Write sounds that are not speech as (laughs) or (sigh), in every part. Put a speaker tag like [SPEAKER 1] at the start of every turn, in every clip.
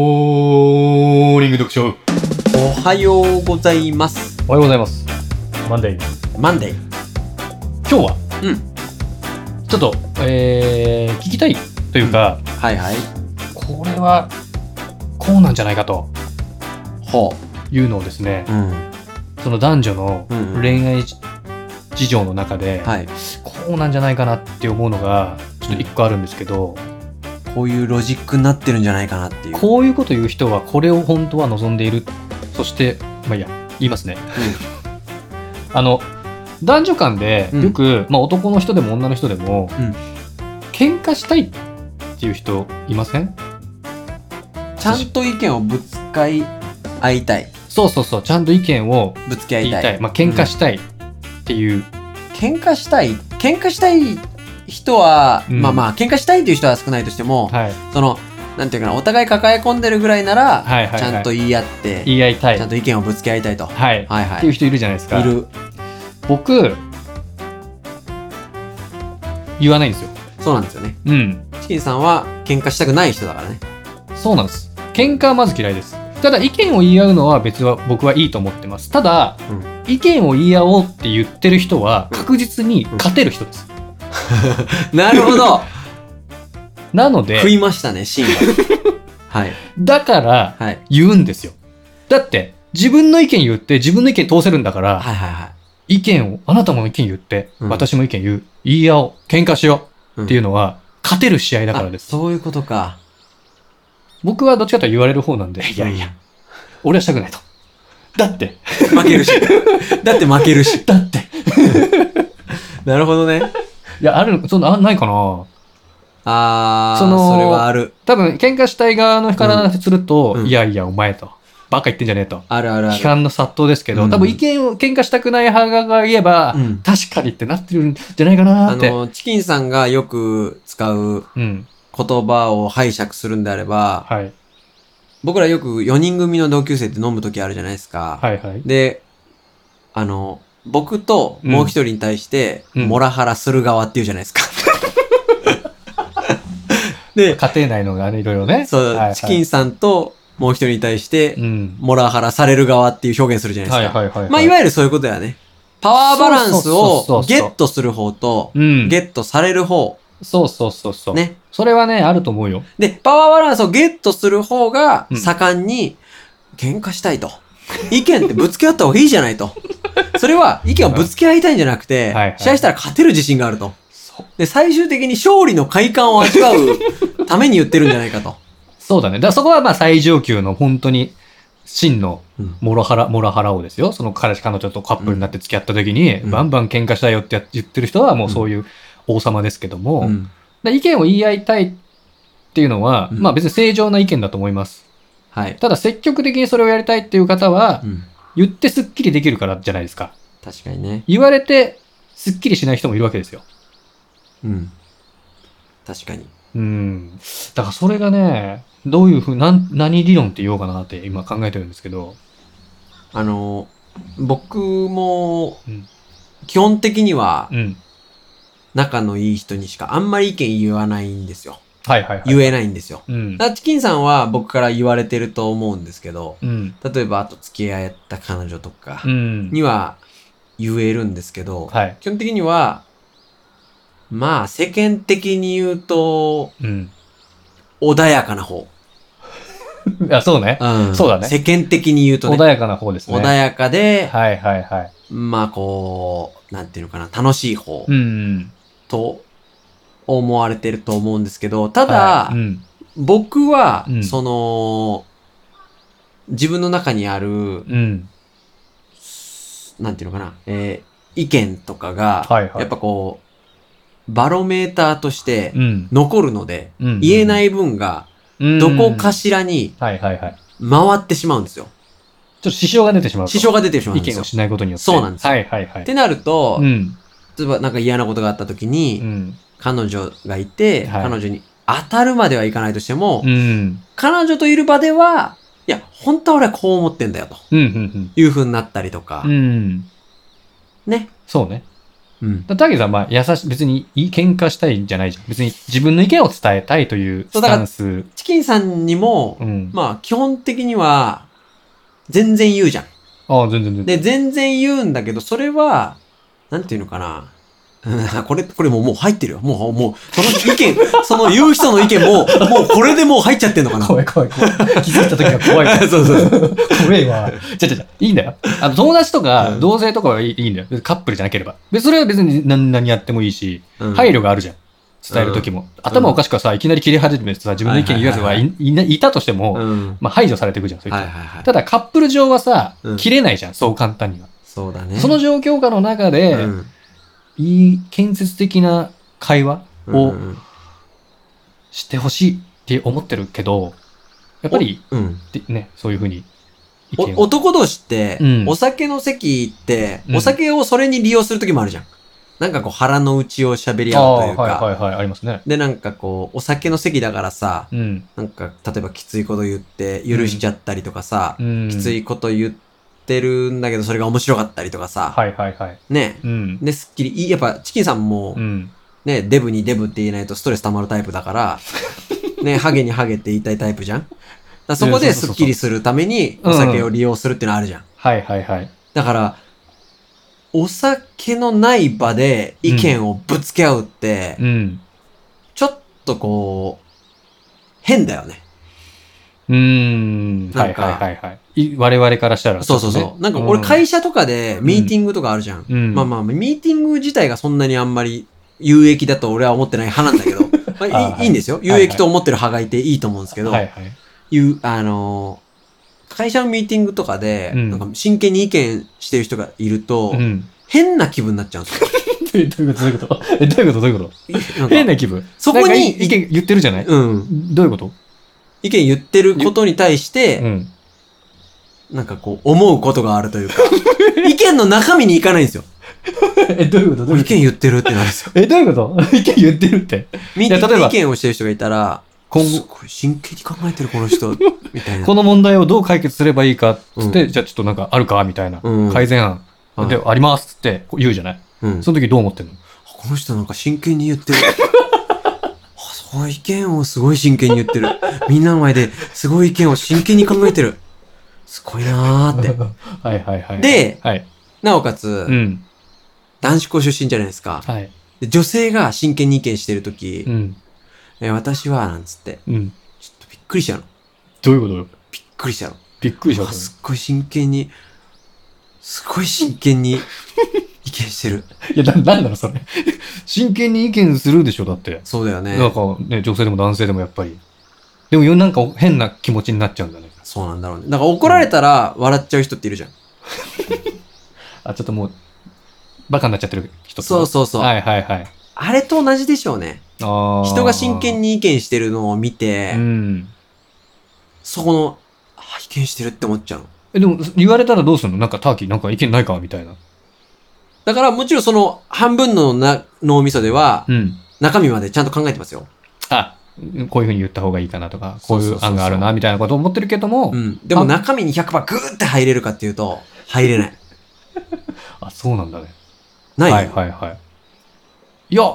[SPEAKER 1] モーニング読書
[SPEAKER 2] おはようございます。
[SPEAKER 1] おはようございます。
[SPEAKER 3] マンデーに
[SPEAKER 2] マンデー。
[SPEAKER 1] 今日は、
[SPEAKER 2] うん。
[SPEAKER 1] ちょっと、えー、聞きたいというか、
[SPEAKER 2] はいはい。
[SPEAKER 1] これは、こうなんじゃないかと
[SPEAKER 2] ほ
[SPEAKER 1] いうのをですね
[SPEAKER 2] う。、うん。
[SPEAKER 1] その男女の
[SPEAKER 2] うんうん
[SPEAKER 1] 恋愛事情の中で、
[SPEAKER 2] はい。
[SPEAKER 1] こうなんじゃないかなって思うのが、ちょっと一個あるんですけど、
[SPEAKER 2] こういうロジックになってるんじゃないかなっていう。
[SPEAKER 1] こういうこと言う人は、これを本当は望んでいる。そして、まあいいや、言いますね。あの、男女間で、
[SPEAKER 2] うん
[SPEAKER 1] よく、まあ男の人でも女の人でも、
[SPEAKER 2] うん
[SPEAKER 1] 喧嘩したいっていう人いません
[SPEAKER 2] ちゃんと意見をぶつかい合いたい。
[SPEAKER 1] そうそうそう、ちゃんと意見を
[SPEAKER 2] ぶつけ合
[SPEAKER 1] 言
[SPEAKER 2] い
[SPEAKER 1] い
[SPEAKER 2] た
[SPEAKER 1] た
[SPEAKER 2] い。
[SPEAKER 1] い。まあ、喧嘩したいっていう。
[SPEAKER 2] 喧嘩したい。喧嘩したい人は、
[SPEAKER 1] うん
[SPEAKER 2] まあまあ、喧嘩したいっていう人は少ないとしても、
[SPEAKER 1] はい。
[SPEAKER 2] その、なんていうかな、お互い抱え込んでるぐらいな
[SPEAKER 1] は
[SPEAKER 2] ら、
[SPEAKER 1] いはいはい
[SPEAKER 2] ちゃんと言い合って、
[SPEAKER 1] 言い合いたい。
[SPEAKER 2] ちゃ
[SPEAKER 1] は。
[SPEAKER 2] んと意見をぶつけ合いたいと。はい
[SPEAKER 1] っ
[SPEAKER 2] い
[SPEAKER 1] て
[SPEAKER 2] はい。
[SPEAKER 1] いう人いるじゃないですか。
[SPEAKER 2] いる。
[SPEAKER 1] 僕、言わないんですよ。
[SPEAKER 2] そうなんですよね。
[SPEAKER 1] うん。
[SPEAKER 2] チキンさんは喧嘩したくない人だ (laughs) からね。
[SPEAKER 1] そうなんです。喧嘩はまず嫌いです。ただ、意見を言い合うのは別は僕はいいと思ってます。ただ、
[SPEAKER 2] うん
[SPEAKER 1] 意見を言い合おうって言ってる人は確実に勝てる人です。
[SPEAKER 2] なるほど。
[SPEAKER 1] なので
[SPEAKER 2] 食、いましたね、シー
[SPEAKER 1] (laughs)
[SPEAKER 2] ンが。はい。
[SPEAKER 1] だから
[SPEAKER 2] はい。
[SPEAKER 1] 言うんですよ。だって、自分の意見言って自分の意見通せるんだから、
[SPEAKER 2] はいはいはい。
[SPEAKER 1] 意見を、あなたも意見言って、
[SPEAKER 2] うん
[SPEAKER 1] 私も意見言う、言い合おう、喧嘩しようっていう
[SPEAKER 2] の
[SPEAKER 1] のは、勝てる試合だからです。
[SPEAKER 2] そういうことか。
[SPEAKER 1] 僕はどっちかというと言われる方なんで、いやいや、俺はしたくないと。だって、
[SPEAKER 2] 負ける
[SPEAKER 1] (laughs)
[SPEAKER 2] し。だって負けるし。
[SPEAKER 1] だって。
[SPEAKER 2] (laughs) なるほどね。
[SPEAKER 1] いや、ある、そんな、あないかな
[SPEAKER 2] あー、
[SPEAKER 1] その
[SPEAKER 2] それはある。
[SPEAKER 1] 多分、喧嘩したい側の人からすると、
[SPEAKER 2] うんうん
[SPEAKER 1] いやいや、お前と。バカ言ってんじゃねえと。
[SPEAKER 2] あるあるあ
[SPEAKER 1] 批
[SPEAKER 2] る。
[SPEAKER 1] 判の殺到ですけど、
[SPEAKER 2] うん
[SPEAKER 1] 多分意見を、喧嘩したくない派側が言えば、
[SPEAKER 2] うん
[SPEAKER 1] 確かにってなってるんじゃないかな
[SPEAKER 2] あ
[SPEAKER 1] って。
[SPEAKER 2] の、チキンさんがよく使う
[SPEAKER 1] うん。
[SPEAKER 2] 言葉を拝借するんであれば、
[SPEAKER 1] はい。
[SPEAKER 2] 僕らよく4人組の同級生って飲む時あるじゃないですか。
[SPEAKER 1] はいはい。
[SPEAKER 2] で、あの、僕ともう一人に対して、
[SPEAKER 1] うん
[SPEAKER 2] モラハラする側って言うじゃないですか。で、
[SPEAKER 1] 家庭内のがね、いろいろね。
[SPEAKER 2] そう、
[SPEAKER 1] はいはい
[SPEAKER 2] チキンさんともう一人に対して、
[SPEAKER 1] うん。
[SPEAKER 2] モラハラされる側っていう表現するじゃないですか。
[SPEAKER 1] はいはいはい、
[SPEAKER 2] まあ、いわゆるそういうことだよね。パワーバランス
[SPEAKER 1] そうそうそう
[SPEAKER 2] を
[SPEAKER 1] そう
[SPEAKER 2] ゲットする方と、
[SPEAKER 1] うん。
[SPEAKER 2] ゲットされる方、
[SPEAKER 1] そうそうそうそう。。
[SPEAKER 2] ね。
[SPEAKER 1] それはね、あると思うよ。
[SPEAKER 2] で、パワーバランスをゲットする方が
[SPEAKER 1] うん、
[SPEAKER 2] 盛んに、喧嘩したいと。意見ってぶつけ合った方がいいじゃな
[SPEAKER 1] (laughs)
[SPEAKER 2] いと。それは、意見をぶつけ合いたいんじゃなくて
[SPEAKER 1] はいはい、
[SPEAKER 2] 試合したら勝てる自信があると。
[SPEAKER 1] そう。
[SPEAKER 2] で、最終的に勝利の快感を味わうために言ってるんじゃないかと。
[SPEAKER 1] そうだね。だからそこはまあ最上級の本当に、真の
[SPEAKER 2] うん、
[SPEAKER 1] モラハラ、モラハラをですよ。その彼氏彼女とカップルになって付き合った時に、
[SPEAKER 2] うん
[SPEAKER 1] バンバン喧嘩したよってや言ってる人はもうそういう王様ですけども、
[SPEAKER 2] うん
[SPEAKER 1] で意見を言い合いたいっていうのは、
[SPEAKER 2] うん
[SPEAKER 1] まあ別に正常な意見だと思います。
[SPEAKER 2] はい。
[SPEAKER 1] ただ積極的にそれをやりたいっていう方は
[SPEAKER 2] う、ん
[SPEAKER 1] 言ってスッキリできるからじゃないですか。
[SPEAKER 2] 確かにね。
[SPEAKER 1] 言われてスッキリしない人もいるわけですよ。
[SPEAKER 2] うん。確かに。
[SPEAKER 1] うん。だからそれがね、どういうふう、なん、何理論って言おうかなって今考えてるんですけど。
[SPEAKER 2] あの、僕も
[SPEAKER 1] うん、
[SPEAKER 2] 基本的には
[SPEAKER 1] う、ん。
[SPEAKER 2] 仲のいい人にしかあんまり意見言わないんですよ。
[SPEAKER 1] はいはいはい。
[SPEAKER 2] 言えないんですよ。
[SPEAKER 1] うん
[SPEAKER 2] だ。からチキンさんは僕から言われてると思うんですけど、
[SPEAKER 1] うん。
[SPEAKER 2] 例えば、あと付き合った彼女とか
[SPEAKER 1] うん。
[SPEAKER 2] には言えるんですけど、
[SPEAKER 1] はい。
[SPEAKER 2] 基本的には、まあ、世間的に言うと、
[SPEAKER 1] うん。
[SPEAKER 2] 穏やかな方。
[SPEAKER 1] あ、そうね。
[SPEAKER 2] うん
[SPEAKER 1] そうだね
[SPEAKER 2] 世間的に言うとね、
[SPEAKER 1] 穏やかな方ですね。
[SPEAKER 2] 穏やかで、
[SPEAKER 1] はいはいはい。
[SPEAKER 2] まあこう、なんていうのかな、楽しい方
[SPEAKER 1] うん。
[SPEAKER 2] と思われてると思うんですけど、ただ、
[SPEAKER 1] はいうん。
[SPEAKER 2] 僕は、
[SPEAKER 1] うん
[SPEAKER 2] その、自分の中にある、
[SPEAKER 1] うん。
[SPEAKER 2] なんていうのかな、えー意見とかが、
[SPEAKER 1] はいはい
[SPEAKER 2] やっぱこう、バロメーターとして
[SPEAKER 1] うん。
[SPEAKER 2] 残るので、
[SPEAKER 1] うん。、
[SPEAKER 2] 言えないい分が、
[SPEAKER 1] ど
[SPEAKER 2] どこか。しらに
[SPEAKER 1] はいはいはい。ちょ
[SPEAKER 2] 回ってしまうんですよ。
[SPEAKER 1] っと支障が出てしまうと。
[SPEAKER 2] 支障が出てしまうん
[SPEAKER 1] 意
[SPEAKER 2] です
[SPEAKER 1] 見
[SPEAKER 2] よ
[SPEAKER 1] を。しないことによって。
[SPEAKER 2] そうなんですよ
[SPEAKER 1] はいはいはい。
[SPEAKER 2] ってなると、
[SPEAKER 1] うん。
[SPEAKER 2] 例えばなんか嫌なことがあった時
[SPEAKER 1] う
[SPEAKER 2] に、
[SPEAKER 1] ん。
[SPEAKER 2] 彼女がいて、
[SPEAKER 1] はい
[SPEAKER 2] 彼女に当たるまではいかないとしても、
[SPEAKER 1] うん。
[SPEAKER 2] 彼女といる場では、いや、本当は俺はこう思ってんだよ、と
[SPEAKER 1] うん。うん。
[SPEAKER 2] いう風になったりとか、
[SPEAKER 1] うん。うん
[SPEAKER 2] ね。
[SPEAKER 1] そうね。
[SPEAKER 2] うん。
[SPEAKER 1] だたけさんは、まあ、優し、別にいい喧嘩したいんじゃないじゃん。別に自分の意見を伝えたいという
[SPEAKER 2] そう
[SPEAKER 1] ス
[SPEAKER 2] だか
[SPEAKER 1] タ
[SPEAKER 2] ら
[SPEAKER 1] ンス。
[SPEAKER 2] チキンさんにも、
[SPEAKER 1] うん。
[SPEAKER 2] まあ、基本的には、全然言うじゃん。
[SPEAKER 1] ああ、全然全然。
[SPEAKER 2] で、全然言うんだけど、それは、なんていうのかな。うんこれ、これもうもう入ってるよ。もう、もう、その
[SPEAKER 1] (laughs)
[SPEAKER 2] 意見、その言う人の意見も、もうこれでもう入っちゃってんのか
[SPEAKER 1] (laughs)
[SPEAKER 2] な。
[SPEAKER 1] 怖い怖い怖い。気づいた時が怖い (laughs) から。
[SPEAKER 2] (laughs) そうそうそう。
[SPEAKER 1] 怖いわ。じゃじゃじゃ、いいんだよ。あの、友達とか
[SPEAKER 2] う、ん
[SPEAKER 1] 同性とかはいいいいんだよ。カップルじゃなければ。で、それは別に何何やってもいいし、
[SPEAKER 2] うん
[SPEAKER 1] 配慮があるじゃん。伝える時も。頭おかしくはさ、いきなり切れ始めてさ、自分の意見言わずは
[SPEAKER 2] はいはい
[SPEAKER 1] いいないたとしても、
[SPEAKER 2] うん。
[SPEAKER 1] まあ排除されていくじゃん、そういう
[SPEAKER 2] は
[SPEAKER 1] 人
[SPEAKER 2] いはいはい。
[SPEAKER 1] ただカップル上はさ
[SPEAKER 2] うん、
[SPEAKER 1] 切れないじゃん、そう簡単には。
[SPEAKER 2] そうだね。
[SPEAKER 1] その状況下の中で、
[SPEAKER 2] うん
[SPEAKER 1] いい建設的な会話
[SPEAKER 2] うん
[SPEAKER 1] をしてほしいって思ってるけど、やっぱり、
[SPEAKER 2] うん。
[SPEAKER 1] でね、そういうふうに意
[SPEAKER 2] お
[SPEAKER 1] 見を。
[SPEAKER 2] 男同士って
[SPEAKER 1] うん、
[SPEAKER 2] お酒の席って
[SPEAKER 1] う、ん
[SPEAKER 2] お酒をそれに利用するときもあるじゃん。なんかこう腹の内を喋り
[SPEAKER 1] あ
[SPEAKER 2] 合うと
[SPEAKER 1] あ
[SPEAKER 2] いう
[SPEAKER 1] はい
[SPEAKER 2] か。
[SPEAKER 1] はいはい、ありますね。
[SPEAKER 2] で、なんかこう、お酒の席だからさ、
[SPEAKER 1] うん。
[SPEAKER 2] なんか例えばきついこと言って許しちゃったりとかさ
[SPEAKER 1] う、ん
[SPEAKER 2] きつ。いこと言ってるんだけどそれが面白かったりとかさ、
[SPEAKER 1] はいはいはい。
[SPEAKER 2] ね。
[SPEAKER 1] うん。
[SPEAKER 2] で、すっきり、いいやっぱチキンさんも
[SPEAKER 1] う、ん。
[SPEAKER 2] ね、デブにデブって言えないとストレス溜まるタイプ
[SPEAKER 1] (laughs)
[SPEAKER 2] だから、ね、ハゲにハゲって言いたいタイプじゃん。だからそこ
[SPEAKER 1] い
[SPEAKER 2] で
[SPEAKER 1] やそうそうそう
[SPEAKER 2] ス
[SPEAKER 1] そう
[SPEAKER 2] ッキリするためにお酒を利用するっていうのあるじゃん。
[SPEAKER 1] はいはいはい。
[SPEAKER 2] だから、お酒のない場で意見をぶつけ合うって、
[SPEAKER 1] うん。
[SPEAKER 2] ちょっとこう、変だよね。
[SPEAKER 1] うーん。は
[SPEAKER 2] ないんか
[SPEAKER 1] はいはいはいい。我々からしたら。
[SPEAKER 2] そうそうそう。なんか俺
[SPEAKER 1] 返
[SPEAKER 2] 会社とかでミーティングとかあるじゃん。
[SPEAKER 1] うん。
[SPEAKER 2] まあまあ、ミーティング自体がそんなにあんまり有益だと俺は思ってない派なんだけ
[SPEAKER 1] (laughs)
[SPEAKER 2] ど、まあ
[SPEAKER 1] あ
[SPEAKER 2] い
[SPEAKER 1] はいい
[SPEAKER 2] いいんですよ。有益と思ってる派がいていいと思うんですけど、
[SPEAKER 1] はいはい。
[SPEAKER 2] いう、あのー会社のミーティングとかで、
[SPEAKER 1] うん
[SPEAKER 2] なんか真剣に意見してる人がいると、
[SPEAKER 1] うん。 (laughs)
[SPEAKER 2] 変な気分になっちゃうんですよ。
[SPEAKER 1] どういうことどういうこと (laughs) えどういうことどういうこと (laughs)
[SPEAKER 2] なんか
[SPEAKER 1] 変な気分。
[SPEAKER 2] そこ
[SPEAKER 1] なんか
[SPEAKER 2] に、
[SPEAKER 1] 意見言ってるじゃない
[SPEAKER 2] うん。
[SPEAKER 1] どういうこと
[SPEAKER 2] 意見言ってることに対し
[SPEAKER 1] う
[SPEAKER 2] て、 (laughs)
[SPEAKER 1] ん。
[SPEAKER 2] なんかこう、思うことがあるという
[SPEAKER 1] (laughs)
[SPEAKER 2] か、意見の中身にいかないんですよ。
[SPEAKER 1] え、どういうことどう
[SPEAKER 2] 俺
[SPEAKER 1] いう
[SPEAKER 2] 意
[SPEAKER 1] こと
[SPEAKER 2] 見言ってるってなるんですよ。
[SPEAKER 1] え、どういうこと意見言ってるって。
[SPEAKER 2] ミーティン
[SPEAKER 1] (laughs) いや例
[SPEAKER 2] グ
[SPEAKER 1] え
[SPEAKER 2] で
[SPEAKER 1] ば
[SPEAKER 2] 意見をしてる人がいたら、
[SPEAKER 1] 今
[SPEAKER 2] す
[SPEAKER 1] 後、
[SPEAKER 2] ごい真剣に考えてるこの人、みたいな。
[SPEAKER 1] この問題をどう解決すればいいかっつって、じゃあちょっとなんかあるかみたいな。
[SPEAKER 2] うん
[SPEAKER 1] 改善案。
[SPEAKER 2] はい
[SPEAKER 1] で、ありますっつってこう言うじゃない
[SPEAKER 2] うん
[SPEAKER 1] その時どう思ってんの
[SPEAKER 2] この人なんか真剣に言ってる。 (laughs) あそう、意見をすごい真剣に言ってる。みんなの前ですごい意見を真剣に考えてる。すごいなーって。
[SPEAKER 1] (laughs) はいはいはい。
[SPEAKER 2] で、
[SPEAKER 1] はい。
[SPEAKER 2] なおかつ、
[SPEAKER 1] うん。
[SPEAKER 2] 男子校出身じゃないですか。
[SPEAKER 1] はい。
[SPEAKER 2] で女性が真剣に意見してるとき、
[SPEAKER 1] うん。
[SPEAKER 2] え私は、なんつって、
[SPEAKER 1] うん。
[SPEAKER 2] ちょっとびっくりしちゃうの。
[SPEAKER 1] どういうことよ
[SPEAKER 2] びっくりしちゃうの。
[SPEAKER 1] びっくりし
[SPEAKER 2] あ
[SPEAKER 1] た。
[SPEAKER 2] すっごい真剣に、すごい真剣に意見してる。
[SPEAKER 1] いや、な、なんだろ、それ。真剣に意見するでしょ、だって。
[SPEAKER 2] そうだよね
[SPEAKER 1] な。んかね、女性でも男性でもやっぱり。でも、よなんか変な気持ちになっちゃうんだね。
[SPEAKER 2] そうなんだろうね。だから怒られたら笑っちゃう人っているじゃん。
[SPEAKER 1] あ、ちょっともう、バカになっちゃってる人
[SPEAKER 2] そう
[SPEAKER 1] そ
[SPEAKER 2] そうそう。
[SPEAKER 1] はいはいはい。
[SPEAKER 2] あれと同じでしょうね。
[SPEAKER 1] あ
[SPEAKER 2] 人が真剣
[SPEAKER 1] に。
[SPEAKER 2] に意見してるのを見て、
[SPEAKER 1] うん。
[SPEAKER 2] そこの、あ意見してるって思っちゃうの。
[SPEAKER 1] え、でも、言われたらどうするのなんかターキーなんか意見ないかみたいな。
[SPEAKER 2] だからもちろんその半分のな脳みそでは、
[SPEAKER 1] うん。
[SPEAKER 2] 中身までちゃんと考えてますよ。
[SPEAKER 1] あ、こういうふうに言った方がいいかなとか、こうい
[SPEAKER 2] そうそうそう
[SPEAKER 1] う
[SPEAKER 2] そう
[SPEAKER 1] 案があるな、みたいなことを思ってるけども、
[SPEAKER 2] うん。でも
[SPEAKER 1] あ
[SPEAKER 2] 中身に100%グーって入れるかっていうと、入れない。
[SPEAKER 1] あ、そうなんだね。
[SPEAKER 2] ない、
[SPEAKER 1] はいはいはい。いや、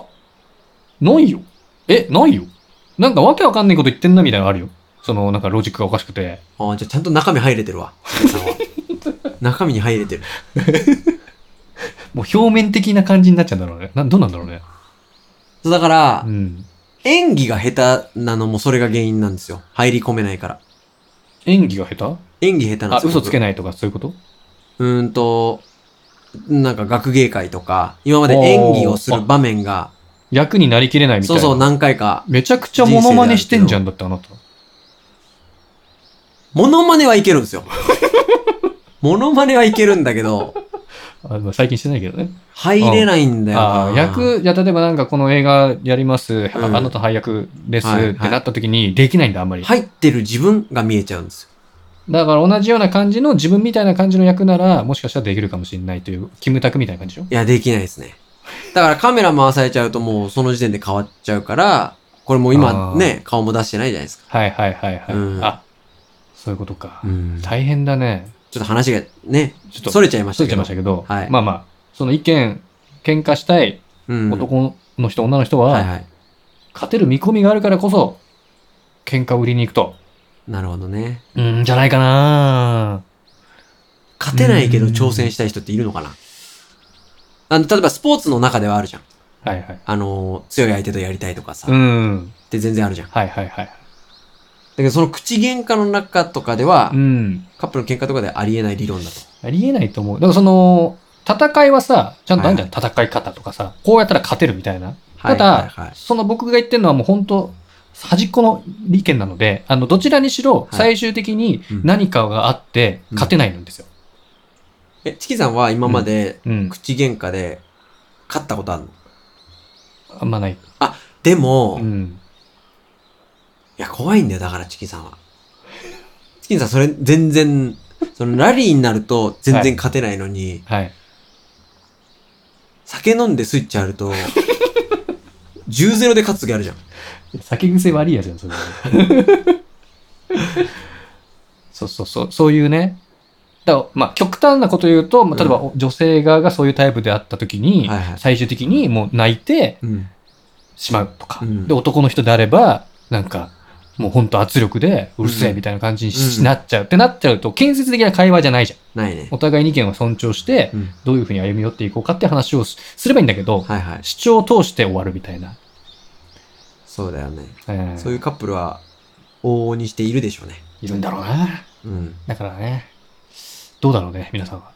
[SPEAKER 1] ないよ。え、ないよ。なんかわけわかんないこと言ってんなみたいなのあるよ。その、なんかロジックがおかしくて。
[SPEAKER 2] あーじゃあちゃんと中身入れて
[SPEAKER 1] (laughs)
[SPEAKER 2] るわ。お客さんは中身に入れてる。
[SPEAKER 1] もう表面的な感じになっちゃうんだろうね。などうなんだろうね。
[SPEAKER 2] そうだから、
[SPEAKER 1] うん。
[SPEAKER 2] 演技が下手なのもそれが原因なんですよ。入り込めないから。
[SPEAKER 1] 演技が下
[SPEAKER 2] 演技下手
[SPEAKER 1] 手
[SPEAKER 2] なん
[SPEAKER 1] あ
[SPEAKER 2] で、すよ。
[SPEAKER 1] 嘘つけ
[SPEAKER 2] ない。
[SPEAKER 1] ないとかそういうこと
[SPEAKER 2] うーんと、なんか学芸会とか、今まで演技をする場面が、
[SPEAKER 1] 役になりきれないみたい
[SPEAKER 2] そう
[SPEAKER 1] な。
[SPEAKER 2] そう、何回か。
[SPEAKER 1] めちゃくちゃモノマネしてんじゃんだってあなた。
[SPEAKER 2] モノマネはいけるんですよ。モノマネはいけるんだけど、
[SPEAKER 1] あまあ最近してないけどね。
[SPEAKER 2] 入れないんだよな。
[SPEAKER 1] ああ、役、じゃあ例えばなんかこの映画やります。あ
[SPEAKER 2] うん
[SPEAKER 1] あなた配役です、
[SPEAKER 2] はいはい
[SPEAKER 1] ってなった時にできないんだ、あんまり。
[SPEAKER 2] 入ってる自分が見えちゃうんですよ。
[SPEAKER 1] だから同じような感じの自分みたいな感じの役なら、もしかしたらできるかもしれないという、キムタクみたいな感じでしょ
[SPEAKER 2] いや、できないですね。だからカメラ回されちゃうともうその時点で変わっちゃうから、これもう今
[SPEAKER 1] あー
[SPEAKER 2] ね、顔も出してないじゃないですか。
[SPEAKER 1] はいはいはいはい。
[SPEAKER 2] うん
[SPEAKER 1] あ、そういうことか。
[SPEAKER 2] ちょ
[SPEAKER 1] 大変だね。
[SPEAKER 2] っと話がね、
[SPEAKER 1] ちょっと、
[SPEAKER 2] それちゃいまし
[SPEAKER 1] そ
[SPEAKER 2] た
[SPEAKER 1] う
[SPEAKER 2] け
[SPEAKER 1] ちゃい
[SPEAKER 2] ど
[SPEAKER 1] まし。たけど、
[SPEAKER 2] はい
[SPEAKER 1] まあまあ、その意見喧嘩したい
[SPEAKER 2] うん。
[SPEAKER 1] 男の人、女の人
[SPEAKER 2] はい
[SPEAKER 1] は、
[SPEAKER 2] はい。
[SPEAKER 1] 勝てる見込みがあるからこそ、喧嘩売りに行くと。
[SPEAKER 2] なるほどね。
[SPEAKER 1] うん、じゃないかな
[SPEAKER 2] 勝てないけど挑戦したい人っているのかなあの、例えばスポーツの中ではあるじゃん。
[SPEAKER 1] はいはい。
[SPEAKER 2] あのー、強い相手とやりたいとかさ、
[SPEAKER 1] う
[SPEAKER 2] っ
[SPEAKER 1] ん。
[SPEAKER 2] て全然あるじゃん。だ
[SPEAKER 1] はいはいはい。
[SPEAKER 2] けどその口喧嘩の中とかでは、
[SPEAKER 1] うん。
[SPEAKER 2] カップルの喧嘩とかではありえない理論だと。
[SPEAKER 1] ありえないと思う。だからその、戦いはさ、ちゃんとあるじゃん、
[SPEAKER 2] は
[SPEAKER 1] 戦い方とかさ、こうやったら勝てるみたいな。
[SPEAKER 2] は
[SPEAKER 1] た
[SPEAKER 2] い
[SPEAKER 1] だ、
[SPEAKER 2] はいはい。
[SPEAKER 1] その僕が言ってるのはもう本当、端っこの意見なので、あの、どちらにしろ
[SPEAKER 2] い
[SPEAKER 1] 最終的に
[SPEAKER 2] うん
[SPEAKER 1] 何かがあって
[SPEAKER 2] うん
[SPEAKER 1] 勝てないんですよ。
[SPEAKER 2] え、チキさんは今まで
[SPEAKER 1] うん。
[SPEAKER 2] 口喧嘩で勝ったことあるの
[SPEAKER 1] あんまない。
[SPEAKER 2] でも、
[SPEAKER 1] う
[SPEAKER 2] い
[SPEAKER 1] ん。
[SPEAKER 2] や、怖いんだよ、だからチキさんは。チキさん、それ全然、そのラリーになると全然勝てないのに、
[SPEAKER 1] はい。
[SPEAKER 2] 酒飲んでスイッチあると、10-0で勝つ時あるじゃん。
[SPEAKER 1] 酒癖悪いやつやん、それ。 (laughs) そうそうそう、そういうね。だからまあ、極端なこと言うと、まあ、例えばお女性側がそういうタイプであった時に、
[SPEAKER 2] はいはい
[SPEAKER 1] 最終的にもう泣いて
[SPEAKER 2] うん。
[SPEAKER 1] しまうとか、
[SPEAKER 2] うん
[SPEAKER 1] で男の人であればなんかもうほんと圧力でうるせえ
[SPEAKER 2] うん
[SPEAKER 1] みたいな感じにし、
[SPEAKER 2] うん
[SPEAKER 1] なっちゃうってなっちゃうと建設的な会話じゃないじゃん
[SPEAKER 2] ないね。
[SPEAKER 1] お互いに意見を尊重して
[SPEAKER 2] うん。
[SPEAKER 1] どういうふうに歩み寄っていこうかって話をすすればいいんだけど、
[SPEAKER 2] はいはい。
[SPEAKER 1] 主張を通して終わるみたいな、
[SPEAKER 2] そうだよね。
[SPEAKER 1] えー
[SPEAKER 2] そういうカップルは、往々にしているでしょうね。
[SPEAKER 1] いるんだろうな
[SPEAKER 2] うん。
[SPEAKER 1] だからねどうだろうね皆さんは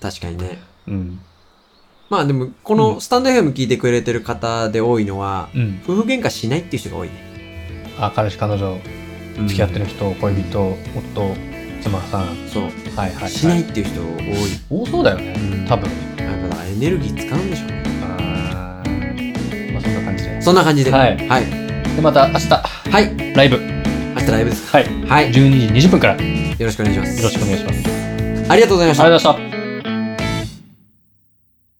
[SPEAKER 2] 確かにね。
[SPEAKER 1] うん
[SPEAKER 2] まあでも、こ
[SPEAKER 1] う
[SPEAKER 2] のスタンド FM 聞いてくれてる方で多いのは、
[SPEAKER 1] うん
[SPEAKER 2] 夫婦喧嘩しないっていう人が多いね。
[SPEAKER 1] あ彼氏彼女付き合ってる人、恋人夫妻さん
[SPEAKER 2] うん。そう。
[SPEAKER 1] はいはい、はい、
[SPEAKER 2] しないっていう人多い。
[SPEAKER 1] 多そうだよね
[SPEAKER 2] うん
[SPEAKER 1] 多分
[SPEAKER 2] やっぱエネルギー使うんでしょうね。
[SPEAKER 1] あーまあそんな感じで
[SPEAKER 2] そんな感じで。
[SPEAKER 1] はい
[SPEAKER 2] はい。
[SPEAKER 1] でまた明日
[SPEAKER 2] はい。
[SPEAKER 1] ライブ
[SPEAKER 2] 明日ライブです。
[SPEAKER 1] はい
[SPEAKER 2] はい。
[SPEAKER 1] 12
[SPEAKER 2] よ
[SPEAKER 1] 時20分からよ
[SPEAKER 2] ろしくお願いします。
[SPEAKER 1] ろしくお願いしますあり
[SPEAKER 2] ありがとうございまし
[SPEAKER 1] が
[SPEAKER 2] た。
[SPEAKER 1] とうございました